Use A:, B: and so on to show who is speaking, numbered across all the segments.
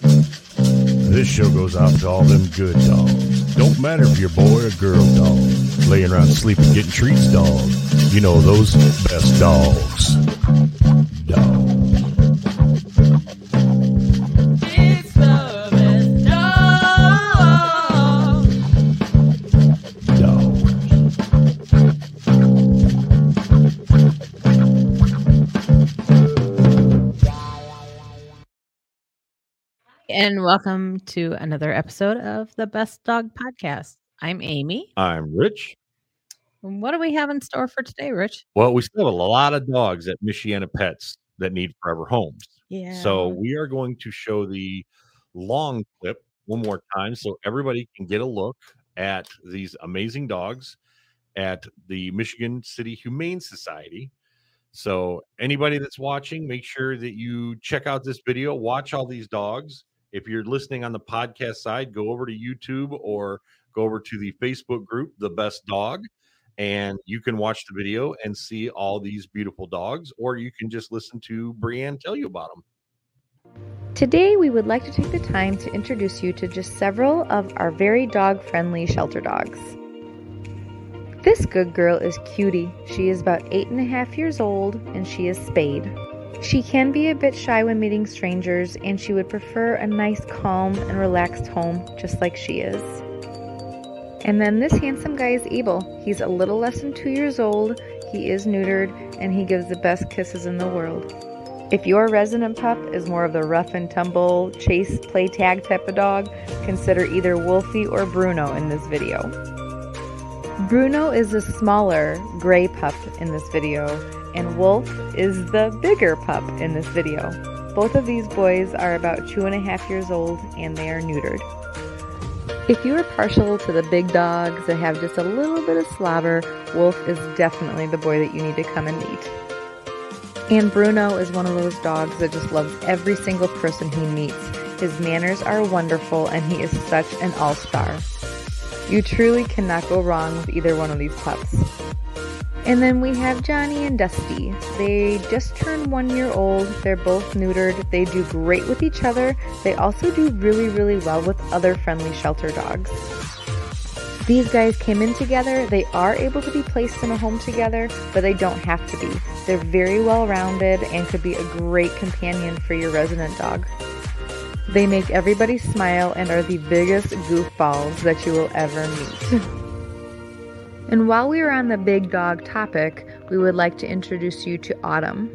A: This show goes out to all them good dogs. Don't matter if you're a boy or girl dog. Laying around sleeping, getting treats dog. You know those best dogs. Dog.
B: It's the best dog.
A: Dog.
C: And welcome to another episode of the Best Dog Podcast. I'm Amy.
D: I'm Rich.
C: What do we have in store for today, Rich?
D: Well, we still have a lot of dogs at Michiana Pets that need forever homes.
C: Yeah.
D: So we are going to show the long clip one more time so everybody can get a look at these amazing dogs at the Michigan City Humane Society. So anybody that's watching, make sure that you check out this video, watch all these dogs. If you're listening on the podcast side, go over to YouTube or go over to the Facebook group, The Best Dog, and you can watch the video and see all these beautiful dogs, or you can just listen to Brianne tell you about them.
E: Today, we would like to take the time to introduce you to just several of our very dog friendly shelter dogs. This good girl is Cutie. She is about eight and a half years old and she is spayed. She can be a bit shy when meeting strangers and she would prefer a nice, calm, and relaxed home just like she is. And then this handsome guy is Abel. He's a little less than two years old, he is neutered, and he gives the best kisses in the world. If your resident pup is more of the rough and tumble, chase, play tag type of dog, consider either Wolfie or Bruno in this video. Bruno is the smaller gray pup in this video, and Wolf is the bigger pup in this video. Both of these boys are about two and a half years old and they are neutered. If you are partial to the big dogs that have just a little bit of slobber, Wolf is definitely the boy that you need to come and meet. And Bruno is one of those dogs that just loves every single person he meets. His manners are wonderful and he is such an all star. You truly cannot go wrong with either one of these pups. And then we have Johnny and Dusty. They just turned one year old. They're both neutered. They do great with each other. They also do really, really well with other friendly shelter dogs. These guys came in together. They are able to be placed in a home together, but they don't have to be. They're very well rounded and could be a great companion for your resident dog. They make everybody smile and are the biggest goofballs that you will ever meet. and while we are on the big dog topic, we would like to introduce you to Autumn.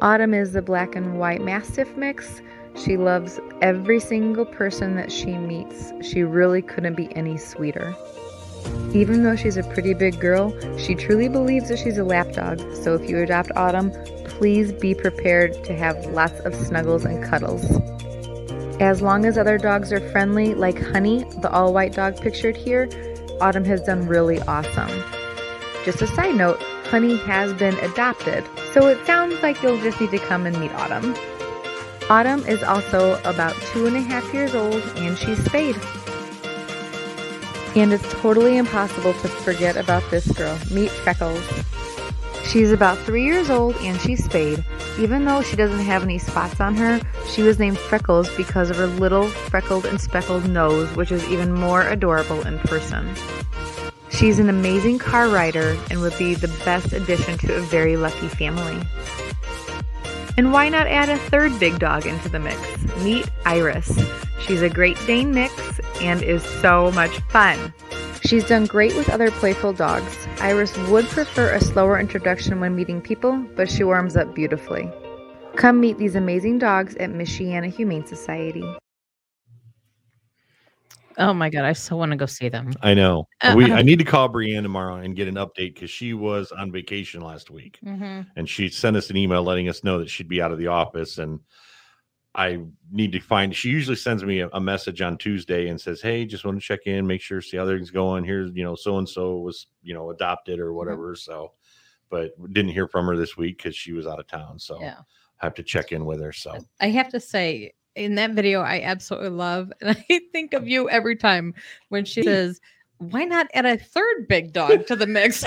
E: Autumn is the black and white mastiff mix. She loves every single person that she meets. She really couldn't be any sweeter. Even though she's a pretty big girl, she truly believes that she's a lapdog. So if you adopt Autumn, please be prepared to have lots of snuggles and cuddles. As long as other dogs are friendly, like Honey, the all white dog pictured here, Autumn has done really awesome. Just a side note, Honey has been adopted, so it sounds like you'll just need to come and meet Autumn. Autumn is also about two and a half years old and she's spayed. And it's totally impossible to forget about this girl. Meet Freckles. She's about three years old and she's spayed. Even though she doesn't have any spots on her, she was named Freckles because of her little freckled and speckled nose, which is even more adorable in person. She's an amazing car rider and would be the best addition to a very lucky family. And why not add a third big dog into the mix? Meet Iris. She's a Great Dane mix and is so much fun. She's done great with other playful dogs. Iris would prefer a slower introduction when meeting people, but she warms up beautifully. Come meet these amazing dogs at Michiana Humane Society.
C: oh my God, I so want to go see them.
D: I know.
C: Uh,
D: we
C: uh.
D: I need to call Brianne tomorrow and get an update because she was on vacation last week and she sent us an email letting us know that she'd be out of the office and I need to find she usually sends me a, a message on Tuesday and says, Hey, just want to check in, make sure see how things going. Here's you know, so and so was, you know, adopted
C: Mm-hmm.
D: or whatever. So but didn't hear from her this week because she was out of town. So
C: Yeah.
D: I have to check in with her. So
C: I have to say, in that video, I absolutely love, and I think of you every time when she says, why not add a third big dog to the mix?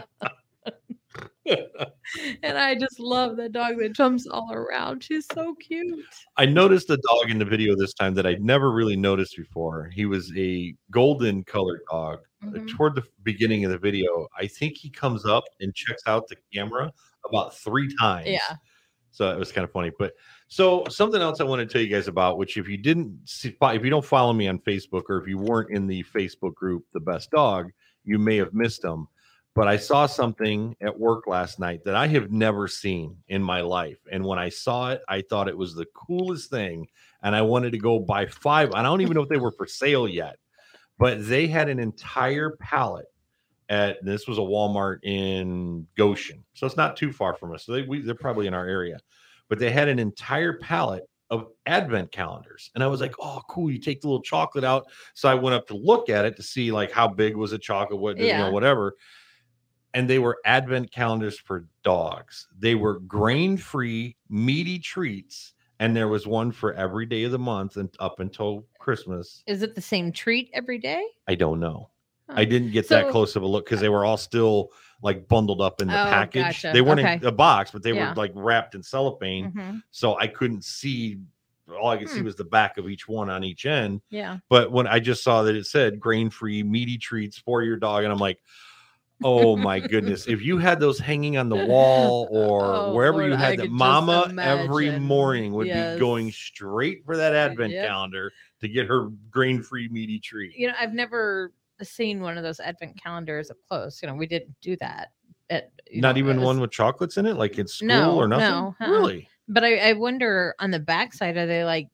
C: and I just love that dog that jumps all around. She's so cute.
D: I noticed a dog in the video this time that I'd never really noticed before. He was a golden colored dog.
C: Mhm.
D: Toward the beginning of the video, I think he comes up and checks out the camera about three times.
C: Yeah.
D: So it was kind of funny. But so something else I want to tell you guys about, which if you didn't see, if you don't follow me on Facebook or if you weren't in the Facebook group, The Best Dog, you may have missed them. But I saw something at work last night that I have never seen in my life. And when I saw it, I thought it was the coolest thing. And I wanted to go buy five. And I don't even know if they were for sale yet, but they had an entire pallet at this was a Walmart in Goshen. So it's not too far from us. So they, we, they're probably in our area but they had an entire pallet of advent calendars and i was like oh cool you take the little chocolate out so i went up to look at it to see like how big was a chocolate what you
C: Yeah.
D: know whatever and they were advent calendars for dogs they were grain free meaty treats and there was one for every day of the month and up until christmas
C: Is it the same treat every day?
D: i don't know
C: Huh.
D: i didn't get that
C: So- Uh,
D: close of a look because they were all still like bundled up in the
C: Oh,
D: package
C: gotcha.
D: they weren't in
C: Okay.
D: a box but they
C: Yeah.
D: were like wrapped in cellophane
C: Mhm.
D: so I couldn't see. All I could see
C: Hmm.
D: was the back of each one on each end.
C: Yeah.
D: But when I just saw that it said grain free meaty treats for your dog, and I'm like, oh my goodness, if you had those hanging on the wall or
C: Oh,
D: wherever
C: Lord,
D: you
C: I
D: had
C: could
D: them,
C: just
D: mama every
C: imagine.
D: morning would be going
C: Yes.
D: straight for that advent
C: Yep.
D: calendar to get her grain free meaty treat.
C: You know, I've never seen one of those advent calendars up close. You know, we didn't do that. At, you
D: Not
C: know,
D: even
C: as-
D: one with chocolates in it, like in school
C: No,
D: or nothing.
C: no, uh-uh.
D: Really?
C: But I, I wonder on the backside, are they like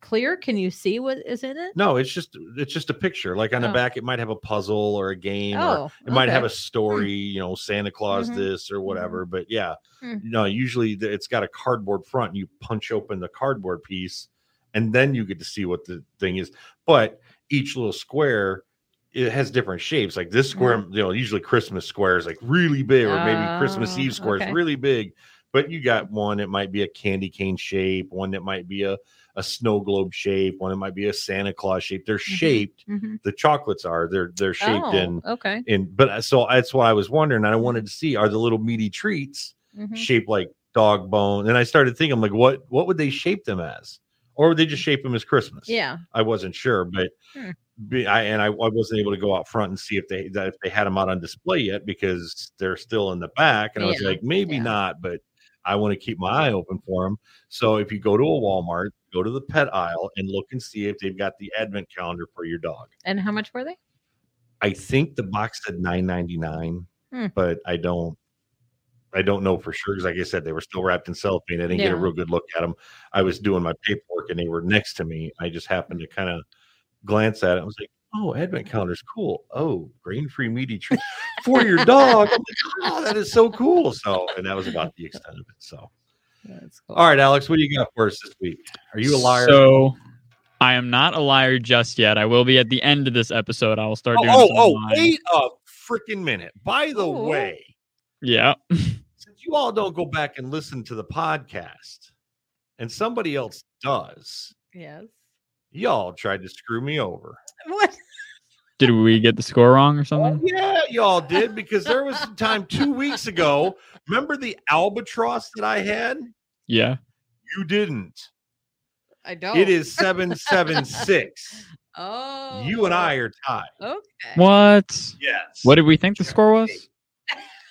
C: clear? Can you see what is in it?
D: No, it's just it's just a picture. Like on the
C: Oh.
D: back, it might have a puzzle or a game or
C: Oh,
D: it might have
C: okay.
D: a story, you know, Santa Claus
C: Mhm.
D: this or whatever. But yeah,
C: Hmm.
D: no, usually th- it's got a cardboard front and you punch open the cardboard piece and then you get to see what the thing is. But each little square, it has different shapes. Like this square,
C: Mm-hmm.
D: you know, usually Christmas square is like really big, or maybe Christmas
C: Oh,
D: Eve square
C: okay.
D: is really big. But you got one that might be a candy cane shape, one that might be a, a snow globe shape, one that might be a Santa Claus shape. They're shaped.
C: Mhm.
D: The chocolates are they're they're shaped
C: Oh,
D: in
C: Okay.
D: and but I- so that's why I was wondering.
C: Mm-hmm.
D: I wanted to see are the little meaty treats
C: Mhm.
D: shaped like dog bone? And I started thinking, I'm like, what what would they shape them as? Or would they just shape them as Christmas?
C: Mm-hmm. Yeah.
D: I wasn't sure, but
C: Hmm.
D: be- I and I, I wasn't able to go out front and see if they that if they had them out on display yet because they're still in the back. And I was
C: Yeah,
D: like, maybe
C: yeah.
D: not, but I want to keep my eye open for them. So if you go to a Walmart, go to the pet aisle and look and see if they've got the advent calendar for your dog.
C: And how much were they?
D: I think the box said nine ninety nine,
C: Hmm.
D: but I don't. I don't know for sure because, like I said, they were still wrapped in cellophane. I didn't get a
C: Yeah.
D: real good look at them. I was doing my paperwork and they were next to me. I just happened to kind of glance at it. I was like, "Oh, advent calendar's cool. Oh, grain-free meaty treat for your dog. I'm like, oh, that is so cool." So, and that was about the extent of it. So,
C: That's cool.
D: all right, Alex, what do you got for us this week? Are you a liar?
F: So I am not a liar just yet. I will be at the end of this episode. I will start doing.
D: oh,
F: some
D: oh, oh,
F: lying.
D: wait a freaking minute! By the
C: Ooh.
D: way.
F: Yeah.
D: since you all don't go back and listen to the podcast and somebody else does,
C: Yes.
D: y'all tried to screw me over.
C: What?
F: Did we get the score wrong or
D: Oh,
F: something?
D: yeah, y'all did because there was some time two weeks ago. Remember the albatross that I had?
F: Yeah.
D: You didn't.
C: I don't.
D: It is 776.
C: Oh.
D: you and I are tied.
C: Okay.
F: What?
D: Yes.
F: What did we think the score was?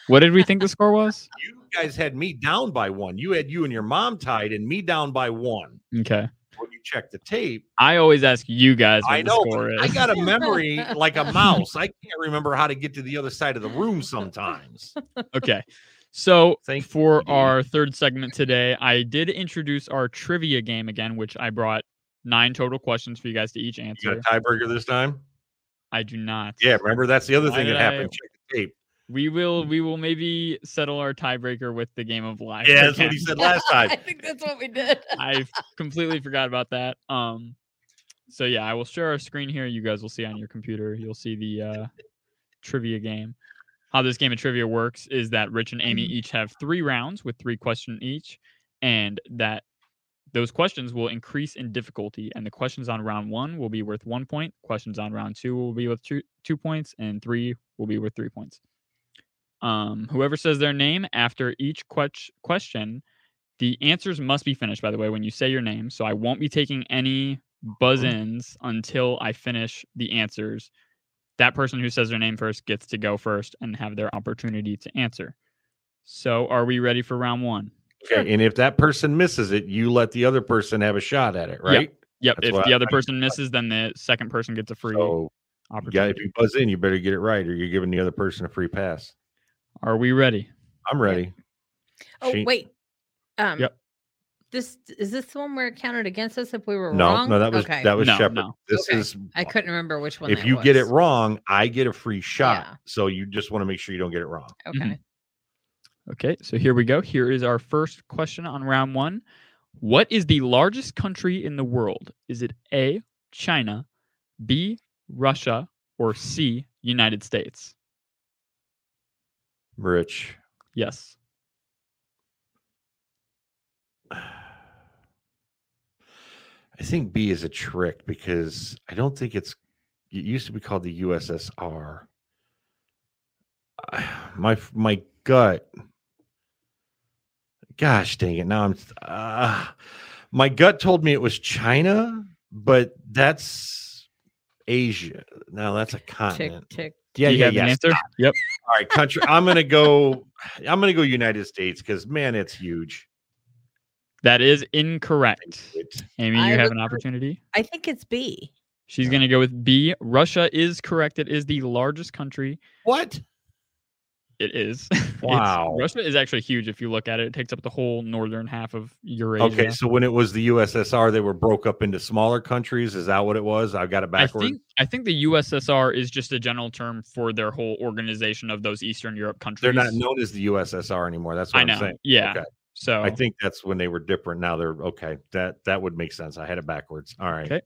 F: What did we think the score was?
D: You guys had me down by one. You had you and your mom tied and me down by one.
F: Okay.
D: When you check the tape,
F: I always ask you guys what
D: I
F: the
D: know.
F: score is.
D: I got a memory like a mouse. I can't remember how to get to the other side of the room sometimes.
F: okay. So
D: Thank
F: for
D: you.
F: our third segment today, I did introduce our trivia game again, which I brought nine total questions for you guys to each
D: You
F: answer.
D: got a tiebreaker this time?
F: I do not.
D: Yeah, remember that's the other
F: Why
D: thing that
F: did
D: happened.
F: I-
D: Check the tape.
F: We will we will maybe settle our tiebreaker with the game of life.
D: Yeah, that's what he said last time.
C: I think that's what we did.
F: I completely forgot about that. Um so yeah, I will share our screen here. You guys will see on your computer. You'll see the uh trivia game. How this game of trivia works is that Rich and Amy each have three rounds with three questions each, and that Those questions will increase in difficulty, and the questions on round one will be worth one point. Questions on round two will be worth two, two points, and three will be worth three points. Um, whoever says their name after each quetch- question, the answers must be finished, by the way, when you say your name. So I won't be taking any buzz
D: Mm-hmm.
F: ins until I finish the answers. That person who says their name first gets to go first and have their opportunity to answer. So are we ready for round one?
D: Okay. And if that person misses it, you let the other person have a shot at it,
F: Yeah,
D: right?
F: Yep.
D: That's
F: if
D: what
F: the
D: I-
F: other person misses, then the second person gets a free
D: So yeah,
F: opportunity.
D: if you buzz in, you better get it right, or you're giving the other person a free pass.
F: Are we ready?
D: I'm ready.
C: Oh
D: She-
C: wait. Um
F: Yep.
C: this is this the one where it counted against us if we were
D: No,
C: wrong?
D: no, that was
C: okay.
D: that was
F: No,
D: Shepard.
F: no.
D: This
C: Okay.
D: is
C: I couldn't remember which one.
D: if
C: that
D: you get it
C: was.
D: wrong, I get a free shot.
C: Yeah.
D: So you just want to make sure you don't get it wrong.
C: Okay.
F: Mhm. Okay, so here we go. Here is our first question on round one. What is the largest country in the world? Is it A, China, B, Russia, or C, United States?
D: Rich.
F: Yes.
D: I think B is a trick because I don't think it's it used to be called the USSR. I- My my gut. Gosh dang it. Now I'm uh, my gut told me it was China, but that's Asia. No, that's a
C: Tick
D: continent.
C: tick.
D: Yeah,
F: Do you
D: yeah,
F: have
D: yeah.
F: an answer? Yep.
D: All right, country. I'm gonna go. I'm gonna go United States because man, it's huge.
F: That is incorrect.
D: It's-
F: Amy, you
C: I
F: have
C: was
F: an opportunity.
C: I think it's B.
F: She's going to go with B. Russia is correct. It is the largest country.
D: what?
F: It is. It's-
D: Wow.
F: Russia is actually huge if you look at it. It takes up the whole northern half of Eurasia.
D: Okay, so when it was the USSR, they were broke up into smaller countries. Is that what it was? I've got it backwards.
F: I think I think the USSR is just a general term for their whole organization of those Eastern Europe countries.
D: They're not known as the USSR anymore. That's what
F: I
D: am
F: know.
D: saying.
F: Yeah.
D: Okay.
F: So
D: I think that's when they were different. Now they're okay. That that would make sense. I had it backwards. All right.
F: Okay.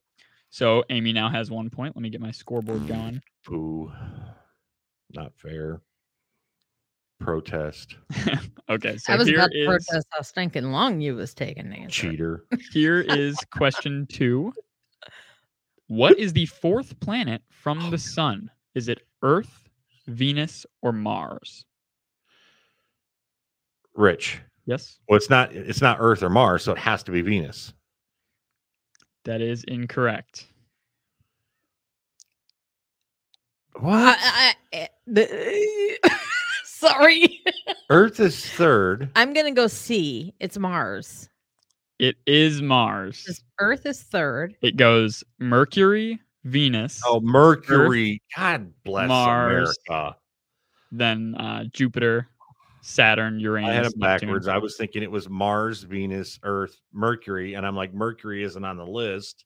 F: so Amy now has one point. Let me get my scoreboard going.
D: Boo. Not fair. Protest.
F: okay.
C: I
F: So
C: was
F: here
C: about to
F: is
C: protest how stinking long you was taking Nancy.
D: Cheater.
F: here is question two. What is the fourth planet from the sun? Is it Earth, Venus, or Mars?
D: Rich.
F: Yes,
D: Well, it's not it's not Earth or Mars, so it has to be Venus.
F: that is incorrect.
D: What?
C: I, I, I- the, sorry.
D: Earth is third.
C: I'm gonna go C. It's Mars.
F: It is Mars.
C: Just Earth is third.
F: It goes Mercury, Venus,
D: Oh, Mercury. God bless
F: Mars.
D: America.
F: then uh, Jupiter, Saturn, Uranus.
D: I had it
F: Neptune.
D: backwards. I was thinking it was Mars, Venus, Earth, Mercury, and I'm like, Mercury isn't on the list.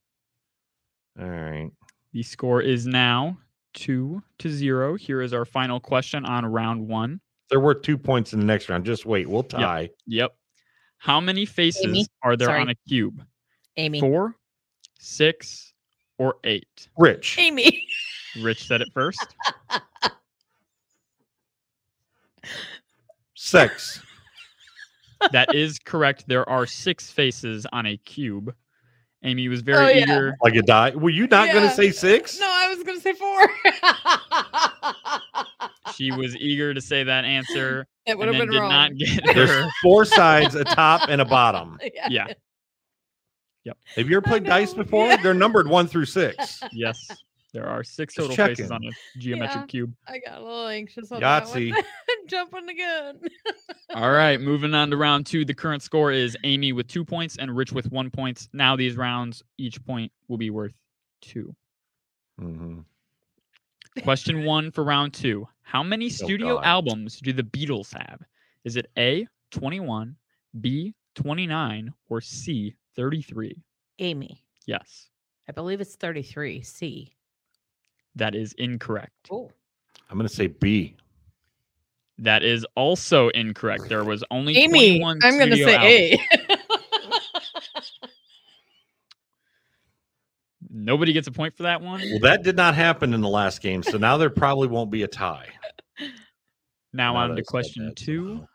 D: All right.
F: The score is now two to zero. Here is our final question on round one.
D: There were two points in the next round. Just wait, we'll tie.
F: Yep. How many faces
C: Amy,
F: are there on
C: sorry.
F: a cube?
C: Amy.
F: Four, six, or eight?
D: Rich,
C: Amy.
F: Rich said it first.
D: six.
F: that is correct. There are six faces on a cube. Amy was
C: Oh,
F: very
C: yeah.
F: eager.
D: Like a die. Were you not going
C: Yeah.
D: to say six?
C: No, I was gonna say four.
F: She was eager to say that answer
C: It would
F: and
C: have
F: then
C: been
F: did
C: wrong.
F: not get
D: There's
F: her.
D: four sides, a top, and a bottom.
C: yeah.
F: Yeah.
D: Have you ever
C: I
D: played dice
C: know,
D: before?
C: yeah.
D: They're numbered one through six.
F: Yes. There are six
D: Just
F: total faces on
D: checking.
F: a geometric
C: Yeah.
F: cube.
C: I got a little anxious on
D: Yahtzee.
C: that one. Jumping again.
F: All right, moving on to round two. The current score is Amy with two points and Rich with one point. Now these rounds, each point will be worth two.
D: Mhm.
F: Question one for round two. How
C: Oh,
F: many studio
D: God.
F: albums do the Beatles have? Is it A, 21, B, 29, or C, 33?
C: Amy.
F: Yes,
C: I believe it's 33. C.
F: that is incorrect.
C: Oh.
D: I'm going to say B.
F: That is also incorrect. There was only
C: Amy.
F: 21
C: I'm gonna
F: studio
C: say
F: albums.
C: A.
F: Nobody gets a point for that one.
D: Well, that did not happen in the last game, so now there probably won't be a tie.
F: Now
D: Now
F: on
D: that
F: to
D: I said
F: question
D: that, uh-huh.
F: two.
D: somehow.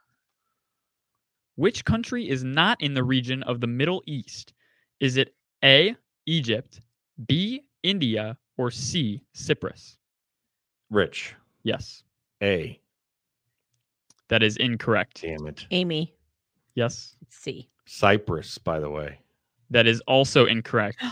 F: Which country is not in the region of the Middle East? Is it A, Egypt, B, India, or C, Cyprus?
D: Rich.
F: Yes,
D: A.
F: that is incorrect.
D: Damn it.
C: Amy,
F: Yes,
C: let's see.
D: Cyprus, by the way.
F: that is also incorrect.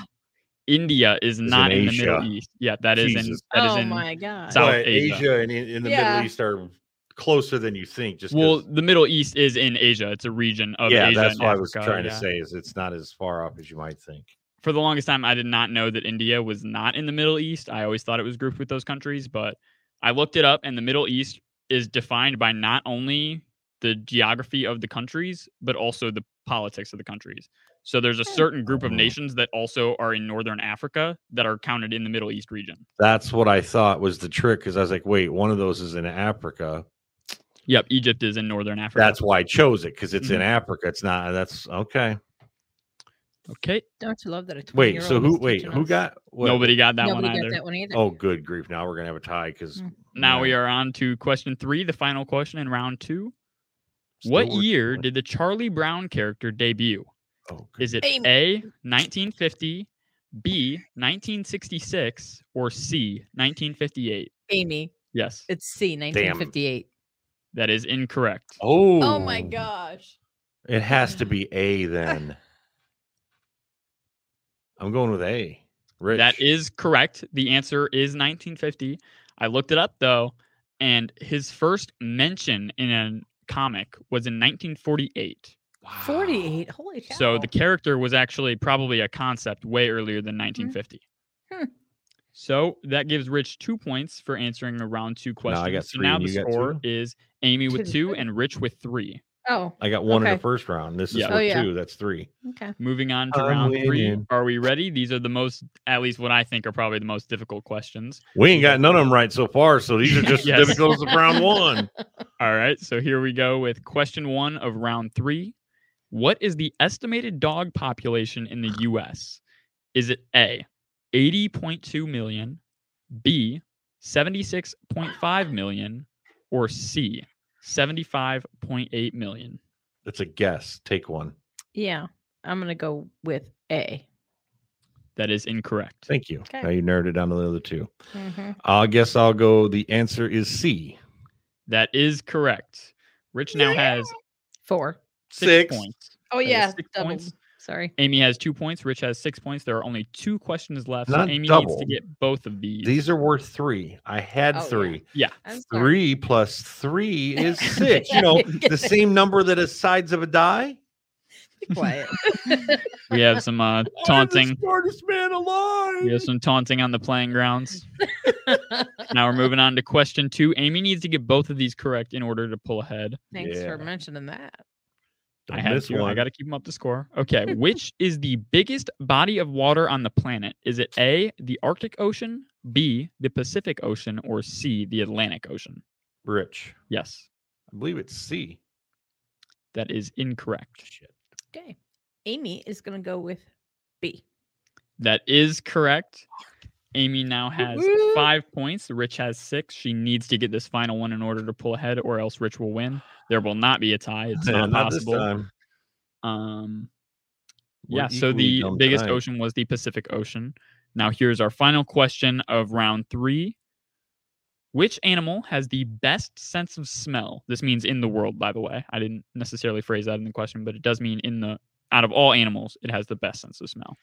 F: India is
D: in
F: not in, the
D: Asia.
F: Middle East. Yeah, that is
D: Jesus.
F: in that is
C: oh
F: in
C: my god.
F: South
D: But
F: Asia.
D: and in, in the
E: Yeah.
D: Middle East are closer than you think. Just 'cause-
F: Well, the Middle East is in Asia. It's a region of
D: yeah,
F: Asia.
D: that's
F: and
D: what I was
F: Africa,
D: trying
F: yeah.
D: to say is it's not as far off as you might think.
F: For the longest time, I did not know that India was not in the Middle East. I always thought it was grouped with those countries, but I looked it up, and the Middle East is defined by not only the geography of the countries, but also the politics of the countries. So there's
C: Hmm.
F: a certain group of
D: Mhm.
F: nations that also are in northern Africa that are counted in the Middle East region.
D: That's what I thought was the trick because I was like, wait, one of those is in Africa.
F: Yep, Egypt is in northern Africa.
D: That's why I chose it because it's in
F: Mhm.
D: Africa. It's not. That's okay.
F: okay.
C: Don't you love that? A
D: Wait, so
C: 20-year-old
D: who?
C: is
D: Wait,
C: teaching
D: who
C: us-
D: got what-
F: Nobody got that
C: Nobody
F: one
C: got
F: either.
C: that one either.
D: Oh, good grief! Now we're gonna have a tie because
C: Mm.
F: Now we are on to question three, the final question in round two. what year did the Charlie Brown character debut?
D: Oh, good.
F: Is it
C: Amy.
F: A, 1950, B, 1966, or C, 1958?
C: Amy,
F: Yes,
C: it's C, 1958.
F: that is incorrect.
D: Oh,
C: Oh my gosh.
D: It has to be A then. I'm going with A. Rich.
F: That is correct. The answer is 1950. I looked it up though, and his first mention in a comic was in 1948.
C: 48. Holy cow. Mm-hmm.
F: So the character was actually probably a concept way earlier than 1950.
C: Hmm.
F: So that gives Rich two points for answering a round two question.
D: I got
F: so
D: three
F: now
D: and
F: the
D: you got
F: score
D: two?
F: is Amy with
C: Two to
F: two
C: three.
F: and Rich with three.
C: Oh,
D: I got one in
C: Okay.
D: the first round. This is
F: Yeah.
D: for
C: Oh, yeah.
D: two. That's three.
C: okay.
F: Moving on to
D: I'm
F: round three.
D: winning.
F: Are we ready? These are the most, at least what I think are probably the most difficult questions.
D: We ain't got none of them right so far, so these are just as
F: Yes.
D: difficult as round one.
F: All right. So here we go with question one of round three. What is the estimated dog population in the US? Is it A, 80.2 million, B, 76.5 million, or C, 75.8 million?
D: It's a guess. Take one.
C: Yeah. I'm going to go with A.
F: That is incorrect.
D: Thank you.
C: Okay.
D: Now you narrowed it down to the other two.
C: Mm-hmm.
D: I guess I'll go. The answer is C.
F: That is correct. Rich now has
C: Four.
F: six, points.
C: Oh,
F: That is
C: yeah.
F: six
C: Double.
F: points.
C: Sorry.
F: Amy has two points. Rich has six points. There are only two questions left. so
D: Not
F: Amy needs
D: double.
F: to get both of these.
D: These are worth three. I had
C: Oh, yeah.
D: three.
F: yeah.
C: I'm sorry.
D: Three plus three is six. You know, the same number that is sides of a die.
C: Be quiet.
F: We have some uh,
C: Oh,
D: I'm the
F: taunting.
D: smartest man alive.
F: We have some taunting on the playing grounds. now we're moving on to question two. Amy needs to get both of these correct in order to pull ahead.
C: Thanks
D: Yeah.
C: for mentioning that.
D: Don't
F: I had
D: miss
F: to. I
D: one.
F: got to keep them up to score. Okay, which is the biggest body of water on the planet? Is it A, the Arctic Ocean, B, the Pacific Ocean, or C, the Atlantic Ocean?
D: Rich.
F: Yes,
D: I believe it's C.
F: that is incorrect.
D: Shit.
C: Okay. Amy is going to go with B.
F: That is correct. Amy now has
C: Woo-hoo.
F: five points. Rich has six. She needs to get this final one in order to pull ahead, or else Rich will win. There will not be a tie. It's
D: Yeah,
F: not
D: not this
F: possible.
D: time.
F: Um,
D: We're
F: yeah. So
D: equally
F: the
D: dumb
F: biggest
D: tonight.
F: ocean was the Pacific Ocean. Now here's our final question of round three. Which animal has the best sense of smell? This means in the world, by the way. I didn't necessarily phrase that in the question, but it does mean in the out of all animals, it has the best sense of smell.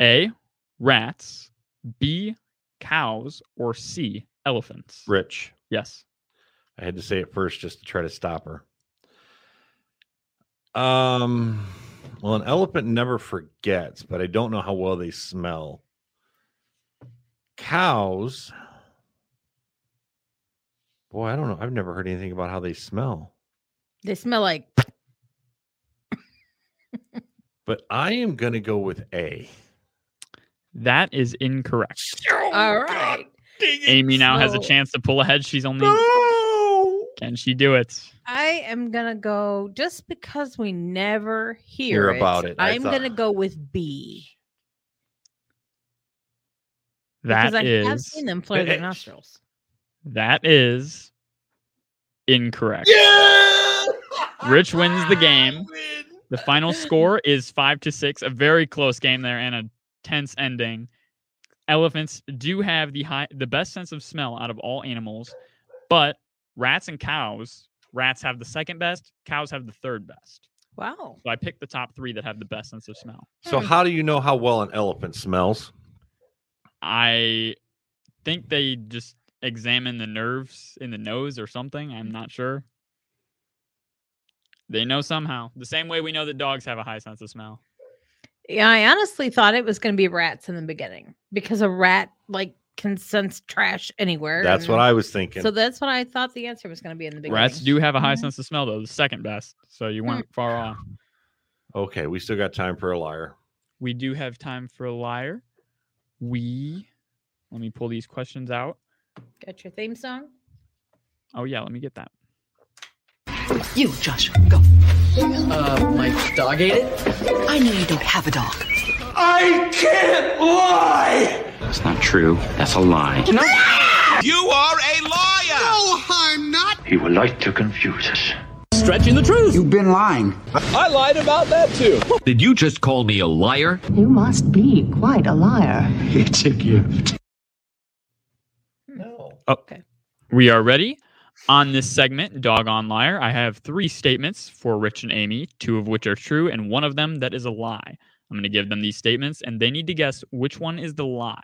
F: A, rats, B, cows, or C, elephants.
D: Rich.
F: Yes.
D: I had to say it first just to try to stop her. Um, well, an elephant never forgets, but I don't know how well they smell. Cows, boy, I don't know. I've never heard anything about how they smell,
C: They smell like
D: but I am going to go with A.
F: That is incorrect.
C: all right.
F: Amy now has a
C: So-
F: chance to pull ahead. She's only
D: No!
F: Can she do it?
C: I am gonna go just because we never hear,
D: Hear about it, I
C: I'm
D: thought-
C: gonna go with B because
F: That
C: I have
F: is
C: seen them flare their
D: Bitch.
C: nostrils.
F: that is incorrect.
D: Yeah!
F: Rich wins the game.
D: I win.
F: The final score is five to six, a very close game there and a tense ending. Elephants do have the high, the best sense of smell out of all animals, but rats and cows, rats have the second best, cows have the third best.
C: Wow.
F: So I picked the top three that have the best sense of smell.
D: So how do you know how well an elephant smells?
F: I think they just examine the nerves in the nose or something. I'm not sure. They know somehow. The same way we know that dogs have a high sense of smell.
C: Yeah, I honestly thought it was going to be rats in the beginning because a rat like can sense trash anywhere.
D: That's what I was thinking.
C: So that's what I thought the answer was going to be in the beginning.
F: Rats do have a high sense of smell, though, the second best. So you weren't far off.
D: okay, we still got time for a liar.
F: We do have time for a liar. We, let me pull these questions out.
C: Got your theme song?
F: Oh, yeah, let me get that.
G: You, Josh, go. Uh, my dog ate it? I know you don't have a dog.
H: That's not true. That's a lie.
I: He would like to confuse us.
H: You've been lying.
J: Did you just call me a liar?
G: You must be quite a liar.
I: It's a gift.
D: No.
F: We are ready. On this segment, Dog on Liar, I have three statements for Rich and Amy, two of which are true and one of them that is a lie. I'm going to give them these statements and they need to guess which one is the lie.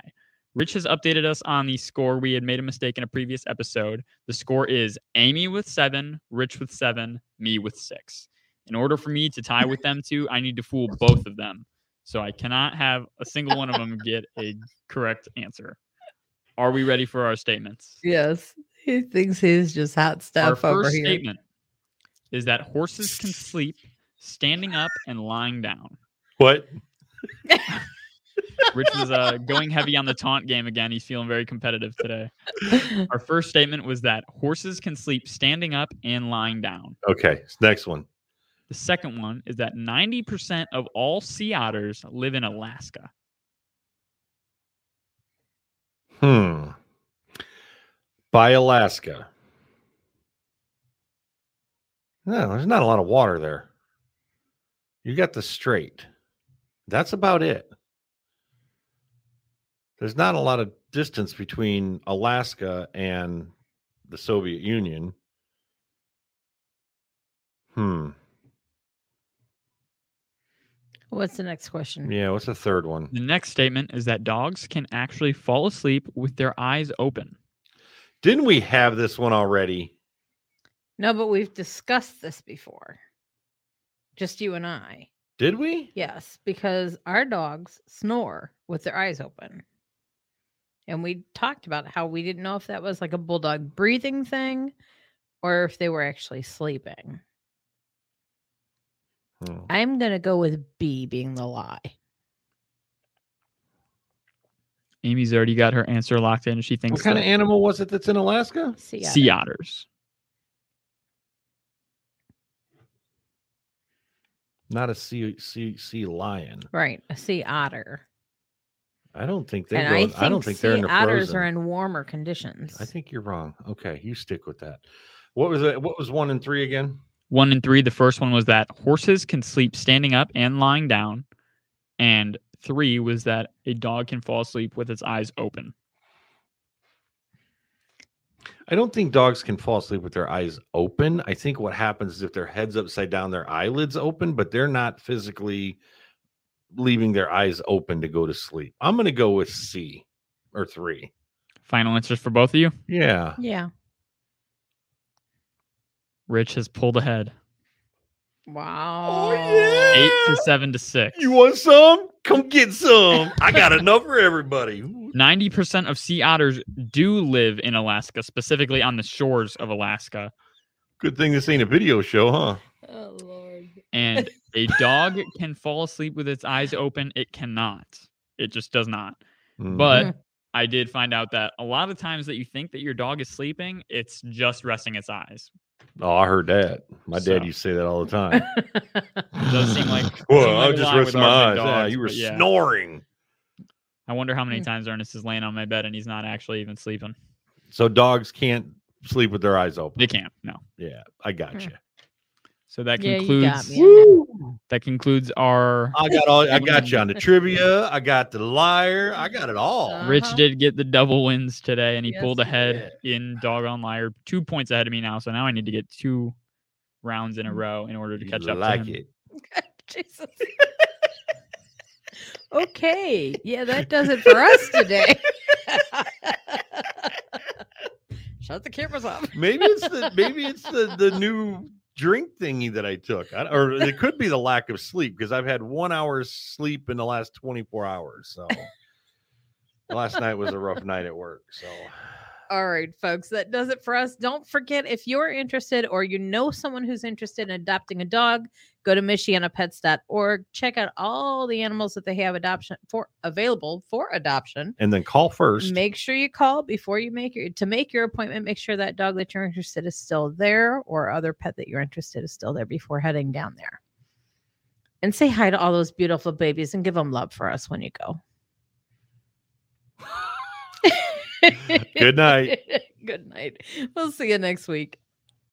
F: Rich has updated us on the score. We had made a mistake in a previous episode. The score is Amy with seven, Rich with seven, me with six. In order for me to tie with them two, I need to fool both of them. So I cannot have a single one of them get a correct answer. Are we ready for our statements?
C: Yes. He thinks he's just hot
F: Our first statement is that horses can sleep standing up and lying down.
D: What?
F: Rich is uh, going heavy on the taunt game again. He's feeling very competitive today. Our first statement was that horses can sleep standing up and lying down.
D: Okay, next one.
F: The second one is that 90% of all sea otters live in Alaska.
D: Hmm. By Alaska. No, there's not a lot of water there. You got the strait. That's about it. There's not a lot of distance between Alaska and the Soviet Union. Hmm.
C: What's the next question?
D: Yeah, what's the third one?
F: The next statement is that dogs can actually fall asleep with their eyes open.
D: Didn't we have this one already?
C: No, but we've discussed this before. Just you and I.
D: Did we?
C: Yes, because our dogs snore with their eyes open. And we talked about how we didn't know if that was like a bulldog breathing thing or if they were actually sleeping.
D: Hmm.
C: I'm going to go with B being the lie.
F: Amy's already got her answer locked in. She thinks
D: What kind of
F: that-
D: animal was it that's in Alaska?
C: See,
F: sea otters.
D: Not a sea sea sea lion.
C: Right, a sea otter.
D: I don't think they.
C: and
D: go,
C: I think,
D: I don't think they're
C: sea
D: in the
C: otters
D: frozen.
C: are in warmer conditions.
D: I think you're wrong. Okay, you stick with that. What was it? What was one and three again?
F: one and three. The first one was that horses can sleep standing up and lying down, and three was that a dog can fall asleep with its eyes open.
D: I don't think dogs can fall asleep with their eyes open. I think what happens is if their heads upside down, their eyelids open, but they're not physically leaving their eyes open to go to sleep. I'm going to go with C or three.
F: Final answers for both of you.
D: Yeah,
C: Yeah.
F: Rich has pulled ahead,
C: Wow.
F: eight to seven to six.
D: You want some? Come get some. I got enough for everybody. Ooh.
F: Ninety percent of sea otters do live in Alaska, specifically on the shores of Alaska,
D: Good thing this ain't a video show, huh?
B: Oh, Lord.
F: and a dog can fall asleep with its eyes open. It cannot. It just does not.
D: Mm.
F: But I did find out that a lot of times that you think that your dog is sleeping, it's just resting its eyes.
D: oh, I heard that. My
F: So.
D: dad used to say that all the time.
F: It does seem like
D: Well,
F: seem like
D: I
F: a
D: was just
F: lot with
D: resting my eyes.
F: our big
D: yeah,
F: dogs,
D: you were
F: but yeah. Hmm.
D: snoring.
F: I wonder how many times Ernest is laying on my bed and he's not actually even sleeping.
D: So dogs can't sleep with their eyes open.
F: They can't. No.
D: Yeah, I got
C: Hmm.
D: you.
F: So that
C: Yeah, you got
F: concludes
C: me. on that.
F: that concludes our.
D: I got all. I got you on the trivia. I got the liar. I got it all.
F: Rich
C: Uh-huh.
F: did get the double wins today, and he
C: Yes,
F: pulled
C: he
F: ahead in Doggone Liar, two points ahead of me now. So now I need to get two rounds
C: Hmm.
F: in a row in order to
D: You
F: catch up.
D: like
F: to him.
D: it.
C: Jesus. okay. Yeah, that does it for us today. Shut the cameras off.
D: Maybe it's the maybe it's the the new drink thingy that I took, I, or it could be the lack of sleep because I've had one hour's sleep in the last twenty four hours. So last night was a rough night at work. So
C: All right, folks, that does it for us. Don't forget if you're interested or you know someone who's interested in adopting a dog, go to michiganapets.org. Check out all the animals that they have adoption for available for adoption.
D: and then call first.
C: Make sure you call before you make your to make your appointment. Make sure that dog that you're interested is still there, or other pet that you're interested is still there before heading down there. And say hi to all those beautiful babies and give them love for us when you go.
D: Good night.
C: Good night. We'll see you next week.